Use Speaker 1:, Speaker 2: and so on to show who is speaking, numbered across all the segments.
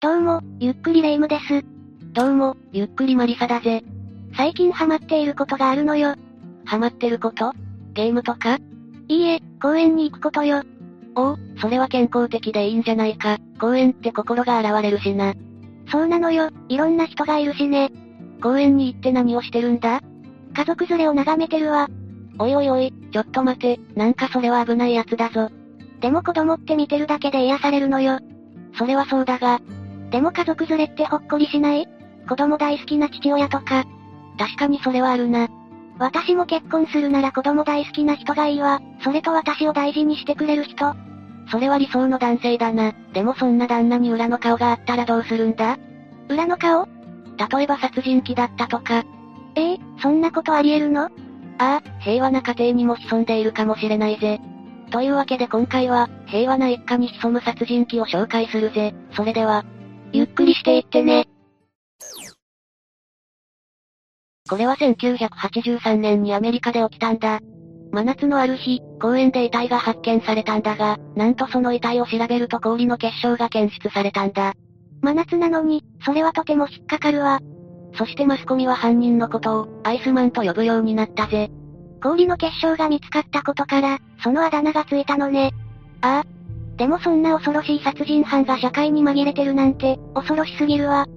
Speaker 1: どうも、ゆっくりレ夢ムです。
Speaker 2: どうも、ゆっくりマリサだぜ。
Speaker 1: 最近ハマっていることがあるのよ。
Speaker 2: ハマってることゲームとか
Speaker 1: いいえ、公園に行くことよ。
Speaker 2: おお、それは健康的でいいんじゃないか。公園って心が現れるしな。
Speaker 1: そうなのよ、いろんな人がいるしね。
Speaker 2: 公園に行って何をしてるんだ
Speaker 1: 家族連れを眺めてるわ。
Speaker 2: おいおいおい、ちょっと待て。なんかそれは危ないやつだぞ。
Speaker 1: でも子供って見てるだけで癒されるのよ。
Speaker 2: それはそうだが、
Speaker 1: でも家族連れってほっこりしない子供大好きな父親とか。
Speaker 2: 確かにそれはあるな。
Speaker 1: 私も結婚するなら子供大好きな人がいいわ。それと私を大事にしてくれる人。
Speaker 2: それは理想の男性だな。でもそんな旦那に裏の顔があったらどうするんだ
Speaker 1: 裏の顔
Speaker 2: 例えば殺人鬼だったとか、
Speaker 1: ええそんなことありえるの
Speaker 2: ああ、平和な家庭にも潜んでいるかもしれないぜ。というわけで今回は、平和な一家に潜む殺人鬼を紹介するぜ。それでは、ゆっくりしていってね。これは1983年にアメリカで起きたんだ。真夏のある日、公園で遺体が発見されたんだが、なんとその遺体を調べると氷の結晶が検出されたんだ。
Speaker 1: 真夏なのに、それはとても引っかかるわ。
Speaker 2: そしてマスコミは犯人のことを、アイスマンと呼ぶようになったぜ。
Speaker 1: 氷の結晶が見つかったことから、そのあだ名がついたのね。ああ。でもそんな恐ろしい殺人犯が社会に紛れてるなんて、恐ろしすぎるわ。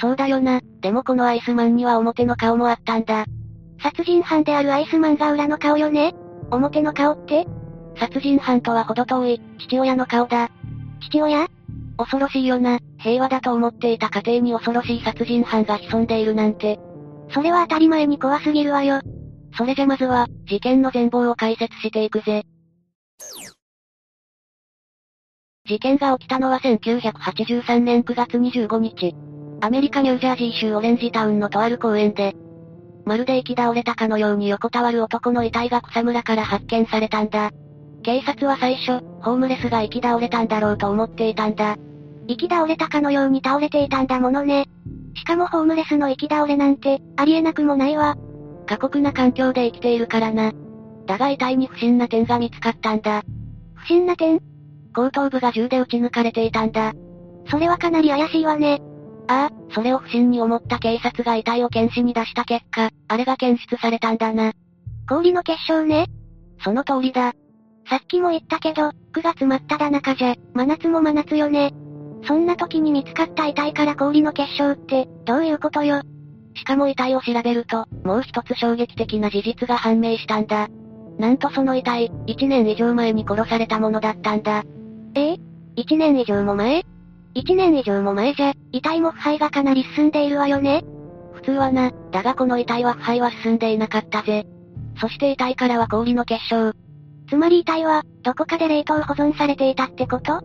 Speaker 2: そうだよな。でもこのアイスマンには表の顔もあったんだ。
Speaker 1: 殺人犯であるアイスマンが裏の顔よね表の顔って
Speaker 2: 殺人犯とは程遠い、父親の顔だ。
Speaker 1: 父親
Speaker 2: 恐ろしいよな。平和だと思っていた家庭に恐ろしい殺人犯が潜んでいるなんて。
Speaker 1: それは当たり前に怖すぎるわよ。
Speaker 2: それじゃまずは、事件の全貌を解説していくぜ。事件が起きたのは1983年9月25日。アメリカニュージャージー州オレンジタウンのとある公園で、まるで生き倒れたかのように横たわる男の遺体が草むらから発見されたんだ。警察は最初、ホームレスが生き倒れたんだろうと思っていたんだ。
Speaker 1: 生き倒れたかのように倒れていたんだものね。しかもホームレスの生き倒れなんて、ありえなくもないわ。
Speaker 2: 過酷な環境で生きているからな。だが遺体に不審な点が見つかったんだ。
Speaker 1: 不審な点
Speaker 2: 後頭部が銃で撃ち抜かれていたんだ。
Speaker 1: それはかなり怪しいわね。
Speaker 2: ああ、それを不審に思った警察が遺体を検視に出した結果、あれが検出されたんだな。
Speaker 1: 氷の結晶ね。
Speaker 2: その通りだ。
Speaker 1: さっきも言ったけど、9月真っ只中じゃ、真夏も真夏よね。そんな時に見つかった遺体から氷の結晶って、どういうことよ。
Speaker 2: しかも遺体を調べると、もう一つ衝撃的な事実が判明したんだ。なんとその遺体、1年以上前に殺されたものだったんだ。
Speaker 1: ええ
Speaker 2: ?1 年以上も前
Speaker 1: ?1 年以上も前じゃ、遺体も腐敗がかなり進んでいるわよね。
Speaker 2: 普通はな、だがこの遺体は腐敗は進んでいなかったぜ。そして遺体からは氷の結晶。
Speaker 1: つまり遺体は、どこかで冷凍保存されていたってこと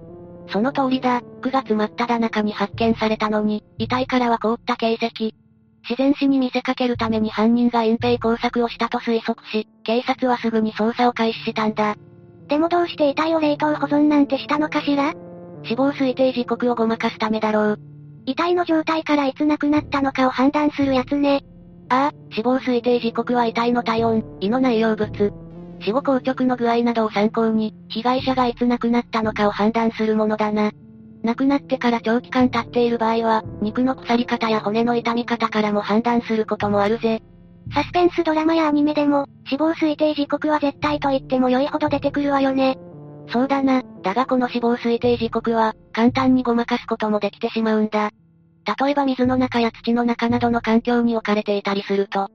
Speaker 2: その通りだ、9月真っ只中に発見されたのに、遺体からは凍った形跡。自然死に見せかけるために犯人が隠蔽工作をしたと推測し、警察はすぐに捜査を開始したんだ。
Speaker 1: でもどうして遺体を冷凍保存なんてしたのかしら
Speaker 2: 死亡推定時刻をごまかすためだろう。
Speaker 1: 遺体の状態からいつ亡くなったのかを判断するやつね。
Speaker 2: ああ、死亡推定時刻は遺体の体温、胃の内容物。死後硬直の具合などを参考に、被害者がいつ亡くなったのかを判断するものだな。亡くなってから長期間経っている場合は、肉の腐り方や骨の痛み方からも判断することもあるぜ。
Speaker 1: サスペンスドラマやアニメでも、死亡推定時刻は絶対と言っても良いほど出てくるわよね。
Speaker 2: そうだな、だがこの死亡推定時刻は、簡単にごまかすこともできてしまうんだ。例えば水の中や土の中などの環境に置かれていたりすると、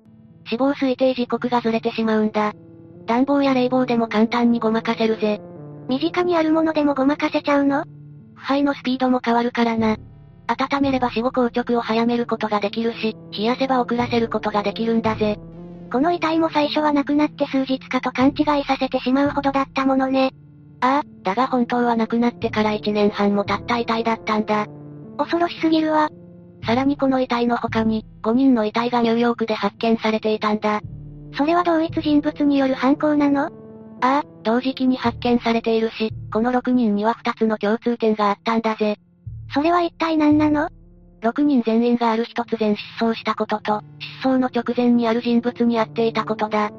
Speaker 2: 死亡推定時刻がずれてしまうんだ。暖房や冷房でも簡単にごまかせるぜ。
Speaker 1: 身近にあるものでもごまかせちゃうの
Speaker 2: 腐敗のスピードも変わるからな。温めれば死後硬直を早めることができるし、冷やせば遅らせることができるんだぜ。
Speaker 1: この遺体も最初は亡くなって数日かと勘違いさせてしまうほどだったものね。
Speaker 2: だが本当は亡くなってから1年半も経った遺体だったんだ。
Speaker 1: 恐ろしすぎるわ。
Speaker 2: さらにこの遺体の他に、5人の遺体がニューヨークで発見されていたんだ。
Speaker 1: それは同一人物による犯行なの
Speaker 2: ああ、同時期に発見されているし、この6人には2つの共通点があったんだぜ。
Speaker 1: それは一体何なの
Speaker 2: 6人全員がある日突然失踪したことと、失踪の直前にある人物に会っていたことだ。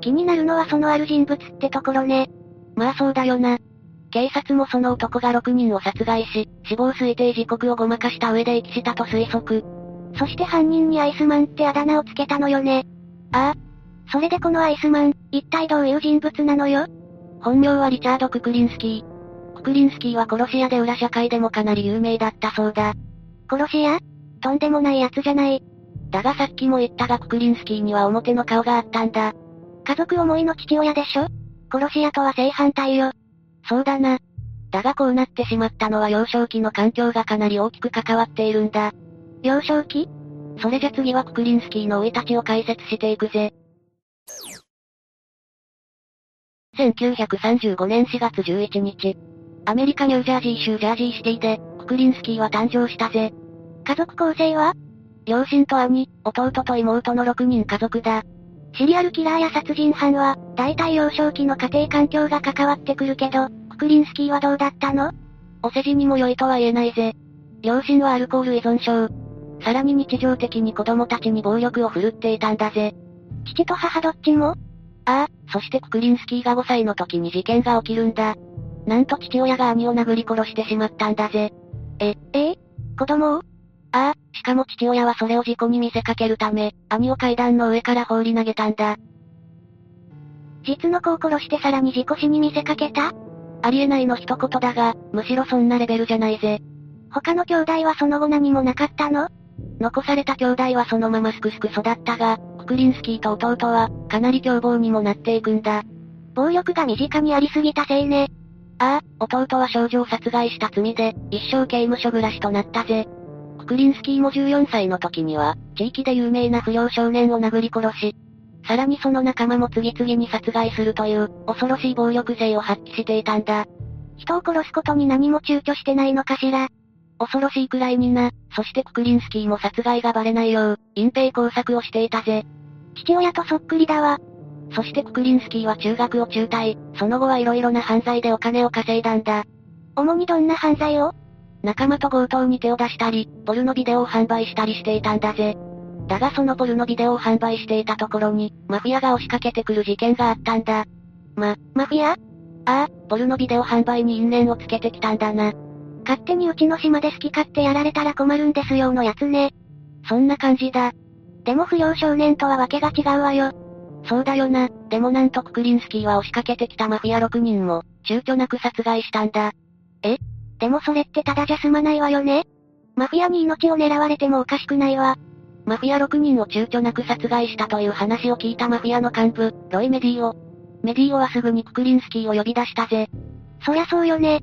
Speaker 1: 気になるのはそのある人物ってところね。
Speaker 2: まあそうだよな。警察もその男が6人を殺害し、死亡推定時刻をごまかした上で遺棄したと推測。
Speaker 1: そして犯人にアイスマンってあだ名をつけたのよね。ああ。それでこのアイスマン、一体どういう人物なのよ
Speaker 2: 本名はリチャード・ククリンスキー。ククリンスキーは殺し屋で裏社会でもかなり有名だったそうだ。
Speaker 1: 殺し屋とんでもない奴じゃない。
Speaker 2: だがさっきも言ったがククリンスキーには表の顔があったんだ。
Speaker 1: 家族思いの父親でしょ殺し屋とは正反対よ。
Speaker 2: そうだな。だがこうなってしまったのは幼少期の環境がかなり大きく関わっているんだ。
Speaker 1: 幼少期
Speaker 2: それじゃ次はククリンスキーの生い立ちを解説していくぜ。1935年4月11日、アメリカニュージャージー州ジャージーシティで、ククリンスキーは誕生したぜ。
Speaker 1: 家族構成は
Speaker 2: 両親と兄、弟と妹の6人家族だ。
Speaker 1: シリアルキラーや殺人犯は、大体幼少期の家庭環境が関わってくるけど、ククリンスキーはどうだったの
Speaker 2: お世辞にも良いとは言えないぜ。両親はアルコール依存症。さらに日常的に子供たちに暴力を振るっていたんだぜ。
Speaker 1: 父と母どっちも
Speaker 2: ああ、そしてククリンスキーが5歳の時に事件が起きるんだ。なんと父親が兄を殴り殺してしまったんだぜ。
Speaker 1: え、え子供を
Speaker 2: ああ、しかも父親はそれを事故に見せかけるため、兄を階段の上から放り投げたんだ。
Speaker 1: 実の子を殺してさらに事故死に見せかけた
Speaker 2: ありえないの一言だが、むしろそんなレベルじゃないぜ。
Speaker 1: 他の兄弟はその後何もなかったの
Speaker 2: 残された兄弟はそのまますくすく育ったが、ククリンスキーと弟は、かなり凶暴にもなっていくんだ。
Speaker 1: 暴力が身近にありすぎたせいね。
Speaker 2: ああ、弟は少女を殺害した罪で、一生刑務所暮らしとなったぜ。ククリンスキーも14歳の時には、地域で有名な不良少年を殴り殺し、さらにその仲間も次々に殺害するという、恐ろしい暴力性を発揮していたんだ。
Speaker 1: 人を殺すことに何も躊躇してないのかしら。
Speaker 2: 恐ろしいくらいにな、そしてククリンスキーも殺害がバレないよう、隠蔽工作をしていたぜ。
Speaker 1: 父親とそっくりだわ。
Speaker 2: そしてククリンスキーは中学を中退、その後はいろいろな犯罪でお金を稼いだんだ。
Speaker 1: 主にどんな犯罪を
Speaker 2: 仲間と強盗に手を出したり、ポルノビデオを販売したりしていたんだぜ。だがそのポルノビデオを販売していたところに、マフィアが押しかけてくる事件があったんだ。
Speaker 1: ま、マフィアあ
Speaker 2: あ、ポルノビデオ販売に因縁をつけてきたんだな。
Speaker 1: 勝手にうちの島で好き勝手やられたら困るんですよのやつね。
Speaker 2: そんな感じだ。
Speaker 1: でも不良少年とはわけが違うわよ。
Speaker 2: そうだよな、でもなんとククリンスキーは押しかけてきたマフィア6人も、躊躇なく殺害したんだ。
Speaker 1: えでもそれってただじゃ済まないわよね。マフィアに命を狙われてもおかしくないわ。
Speaker 2: マフィア6人を躊躇なく殺害したという話を聞いたマフィアの幹部、ロイ・メディオ。メディオはすぐにククリンスキーを呼び出したぜ。
Speaker 1: そりゃそうよね。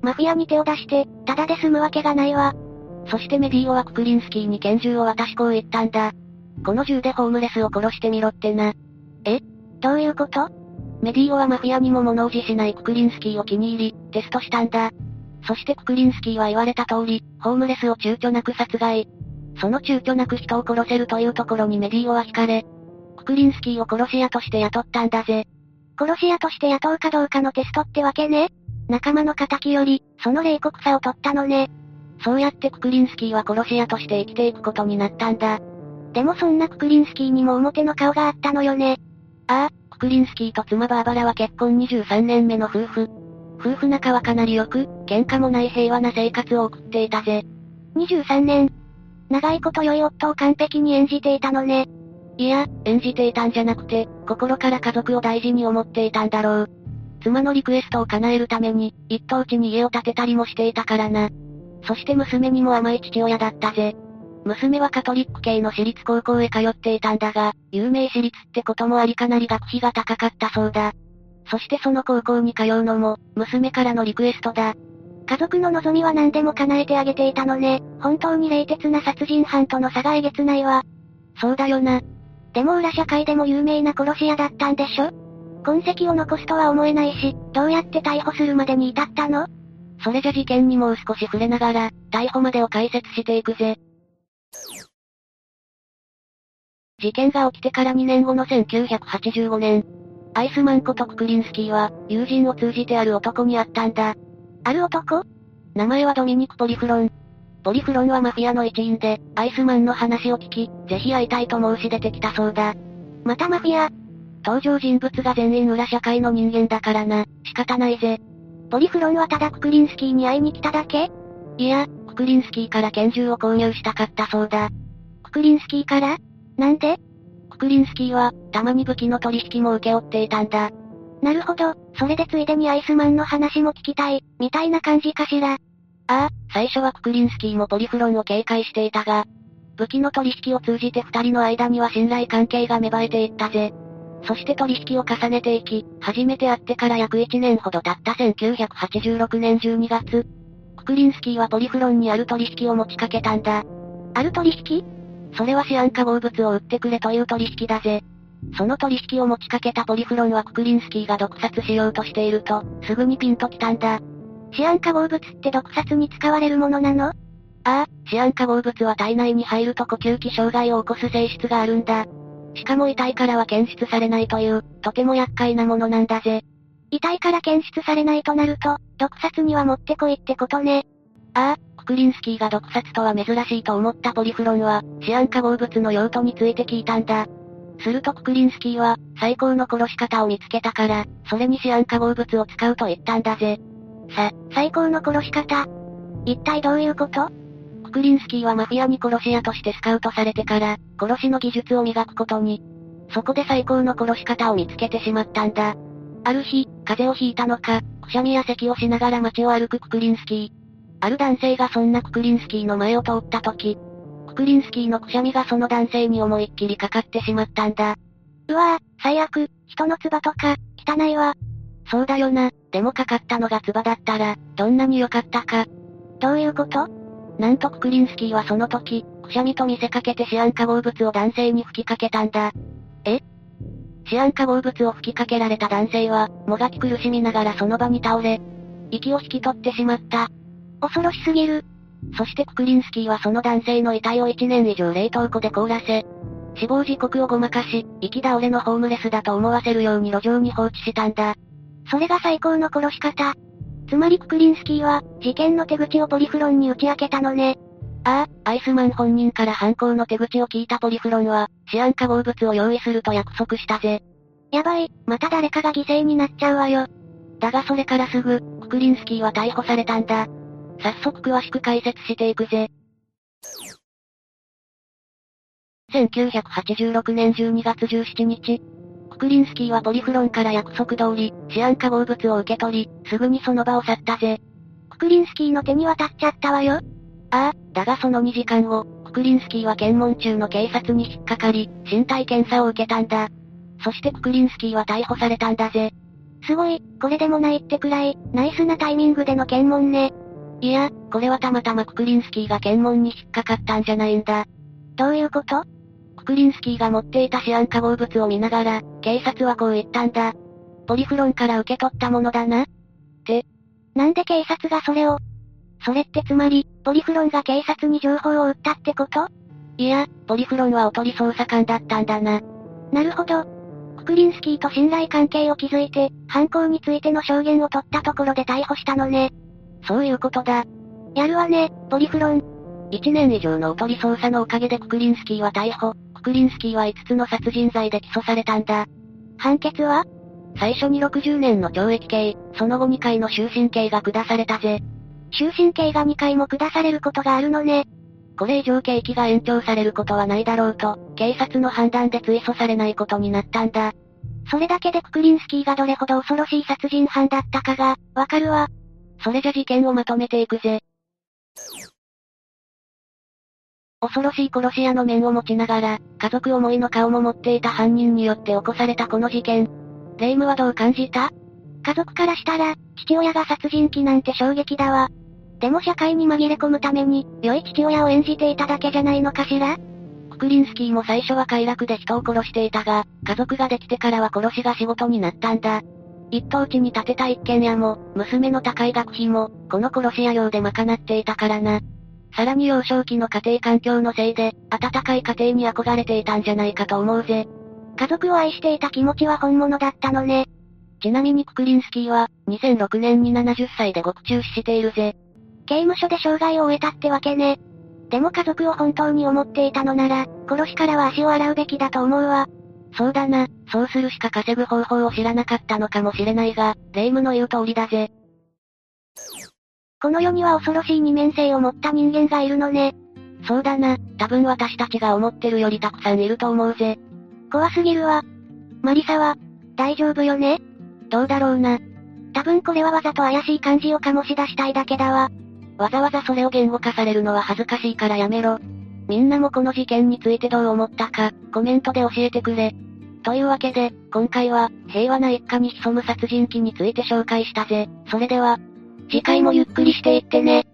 Speaker 1: マフィアに手を出して、ただで済むわけがないわ。
Speaker 2: そしてメディオはククリンスキーに拳銃を渡しこう言ったんだ。この銃でホームレスを殺してみろってな。
Speaker 1: えどういうこと
Speaker 2: メディオはマフィアにも物おじしないククリンスキーを気に入り、テストしたんだ。そしてククリンスキーは言われた通り、ホームレスを躊躇なく殺害。その躊躇なく人を殺せるというところにメディオは惹かれ、ククリンスキーを殺し屋として雇ったんだぜ。
Speaker 1: 殺し屋として雇うかどうかのテストってわけね。仲間の仇より、その冷酷さを取ったのね。
Speaker 2: そうやってククリンスキーは殺し屋として生きていくことになったんだ。
Speaker 1: でもそんなククリンスキーにも表の顔があったのよね。
Speaker 2: ああ、ククリンスキーと妻バーバラは結婚23年目の夫婦。夫婦仲はかなり良く、喧嘩もない平和な生活を送っていたぜ。
Speaker 1: 23年。長いこと良い夫を完璧に演じていたのね。
Speaker 2: いや、演じていたんじゃなくて、心から家族を大事に思っていたんだろう。妻のリクエストを叶えるために、一等地に家を建てたりもしていたからな。そして娘にも甘い父親だったぜ。娘はカトリック系の私立高校へ通っていたんだが、有名私立ってこともありかなり学費が高かったそうだ。そしてその高校に通うのも、娘からのリクエストだ。
Speaker 1: 家族の望みは何でも叶えてあげていたのね。本当に冷徹な殺人犯との差がえげつないわ。
Speaker 2: そうだよな。
Speaker 1: でも裏社会でも有名な殺し屋だったんでしょ痕跡を残すとは思えないし、どうやって逮捕するまでに至ったの
Speaker 2: それじゃ事件にもう少し触れながら、逮捕までを解説していくぜ。事件が起きてから2年後の1985年、アイスマンことククリンスキーは、友人を通じてある男に会ったんだ。
Speaker 1: ある男
Speaker 2: 名前はドミニク・ポリフロン。ポリフロンはマフィアの一員で、アイスマンの話を聞き、ぜひ会いたいと申し出てきたそうだ。
Speaker 1: またマフィア
Speaker 2: 登場人物が全員裏社会の人間だからな、仕方ないぜ。
Speaker 1: ポリフロンはただククリンスキーに会いに来ただけ
Speaker 2: いや、ククリンスキーから拳銃を購入したかったそうだ。
Speaker 1: ククリンスキーからなんで
Speaker 2: ククリンスキーは、たまに武器の取引も請け負っていたんだ。
Speaker 1: なるほど、それでついでにアイスマンの話も聞きたい、みたいな感じかしら。
Speaker 2: ああ、最初はククリンスキーもポリフロンを警戒していたが、武器の取引を通じて二人の間には信頼関係が芽生えていったぜ。そして取引を重ねていき、初めて会ってから約1年ほど経った1986年12月、ククリンスキーはポリフロンにある取引を持ちかけたんだ。
Speaker 1: ある取引
Speaker 2: それはシアン化合物を売ってくれという取引だぜ。その取引を持ちかけたポリフロンはククリンスキーが毒殺しようとしていると、すぐにピンときたんだ。
Speaker 1: シアン化合物って毒殺に使われるものなの
Speaker 2: ああ、シアン化合物は体内に入ると呼吸器障害を起こす性質があるんだ。しかも遺体からは検出されないという、とても厄介なものなんだぜ。
Speaker 1: 遺体から検出されないとなると、毒殺にはもってこいってことね。
Speaker 2: ああ、ククリンスキーが毒殺とは珍しいと思ったポリフロンは、シアン化合物の用途について聞いたんだ。するとククリンスキーは、最高の殺し方を見つけたから、それにシアン化合物を使うと言ったんだぜ。
Speaker 1: さ、最高の殺し方一体どういうこと
Speaker 2: ククリンスキーはマフィアに殺し屋としてスカウトされてから、殺しの技術を磨くことに。そこで最高の殺し方を見つけてしまったんだ。ある日、風邪をひいたのか、くしゃみや咳をしながら街を歩くククリンスキー。ある男性がそんなククリンスキーの前を通った時、ククリンスキーのくしゃみがその男性に思いっきりかかってしまったんだ。
Speaker 1: うわぁ、最悪、人の唾とか、汚いわ。
Speaker 2: そうだよな、でもかかったのが唾だったら、どんなに良かったか。
Speaker 1: どういうこと
Speaker 2: なんとククリンスキーはその時、くしゃみと見せかけてシアン化合物を男性に吹きかけたんだ。
Speaker 1: え
Speaker 2: シアン化合物を吹きかけられた男性は、もがき苦しみながらその場に倒れ、息を引き取ってしまった。
Speaker 1: 恐ろしすぎる。
Speaker 2: そしてククリンスキーはその男性の遺体を1年以上冷凍庫で凍らせ、死亡時刻をごまかし、生き倒れのホームレスだと思わせるように路上に放置したんだ。
Speaker 1: それが最高の殺し方。つまりククリンスキーは、事件の手口をポリフロンに打ち明けたのね。
Speaker 2: ああ、アイスマン本人から犯行の手口を聞いたポリフロンは、シアン化合物を用意すると約束したぜ。
Speaker 1: やばい、また誰かが犠牲になっちゃうわよ。
Speaker 2: だがそれからすぐ、ククリンスキーは逮捕されたんだ。早速詳しく解説していくぜ。1986年12月17日、ククリンスキーはポリフロンから約束通り、シアン化合物を受け取り、すぐにその場を去ったぜ。
Speaker 1: ククリンスキーの手に渡っちゃったわよ。
Speaker 2: ああ、だがその2時間後、ククリンスキーは検問中の警察に引っかかり、身体検査を受けたんだ。そしてククリンスキーは逮捕されたんだぜ。
Speaker 1: すごい、これでもないってくらい、ナイスなタイミングでの検問ね。
Speaker 2: いや、これはたまたまククリンスキーが検問に引っかかったんじゃないんだ。
Speaker 1: どういうこと
Speaker 2: ククリンスキーが持っていたシアン化合物を見ながら、警察はこう言ったんだ。ポリフロンから受け取ったものだな。って。
Speaker 1: なんで警察がそれをそれってつまり、ポリフロンが警察に情報を売ったってこと
Speaker 2: いや、ポリフロンはおとり捜査官だったんだな。
Speaker 1: なるほど。ククリンスキーと信頼関係を築いて、犯行についての証言を取ったところで逮捕したのね。
Speaker 2: そういうことだ。
Speaker 1: やるわね、ポリフロン。
Speaker 2: 1年以上のおとり捜査のおかげでククリンスキーは逮捕、ククリンスキーは5つの殺人罪で起訴されたんだ。
Speaker 1: 判決は
Speaker 2: 最初に60年の懲役刑、その後2回の終身刑が下されたぜ。
Speaker 1: 終身刑が2回も下されることがあるのね。
Speaker 2: これ以上刑期が延長されることはないだろうと、警察の判断で追訴されないことになったんだ。
Speaker 1: それだけでククリンスキーがどれほど恐ろしい殺人犯だったかが、わかるわ。
Speaker 2: それじゃ事件をまとめていくぜ。恐ろしい殺し屋の面を持ちながら、家族思いの顔も持っていた犯人によって起こされたこの事件。霊夢はどう感じた
Speaker 1: 家族からしたら、父親が殺人鬼なんて衝撃だわ。でも社会に紛れ込むために、良い父親を演じていただけじゃないのかしら
Speaker 2: ククリンスキーも最初は快楽で人を殺していたが、家族ができてからは殺しが仕事になったんだ。一等地に建てた一軒家も、娘の高い学費も、この殺し屋用で賄っていたからな。さらに幼少期の家庭環境のせいで、温かい家庭に憧れていたんじゃないかと思うぜ。
Speaker 1: 家族を愛していた気持ちは本物だったのね。
Speaker 2: ちなみにククリンスキーは、2006年に70歳で獄中死しているぜ。
Speaker 1: 刑務所で生涯を終えたってわけね。でも家族を本当に思っていたのなら、殺しからは足を洗うべきだと思うわ。
Speaker 2: そうだな、そうするしか稼ぐ方法を知らなかったのかもしれないが、霊夢の言う通りだぜ。
Speaker 1: この世には恐ろしい二面性を持った人間がいるのね。
Speaker 2: そうだな、多分私たちが思ってるよりたくさんいると思うぜ。
Speaker 1: 怖すぎるわ。マリサは、大丈夫よね
Speaker 2: どうだろうな。
Speaker 1: 多分これはわざと怪しい感じを醸し出したいだけだわ。
Speaker 2: わざわざそれを言語化されるのは恥ずかしいからやめろ。みんなもこの事件についてどう思ったか、コメントで教えてくれ。というわけで、今回は、平和な一家に潜む殺人鬼について紹介したぜ。それでは、
Speaker 1: 次回もゆっくりしていってね。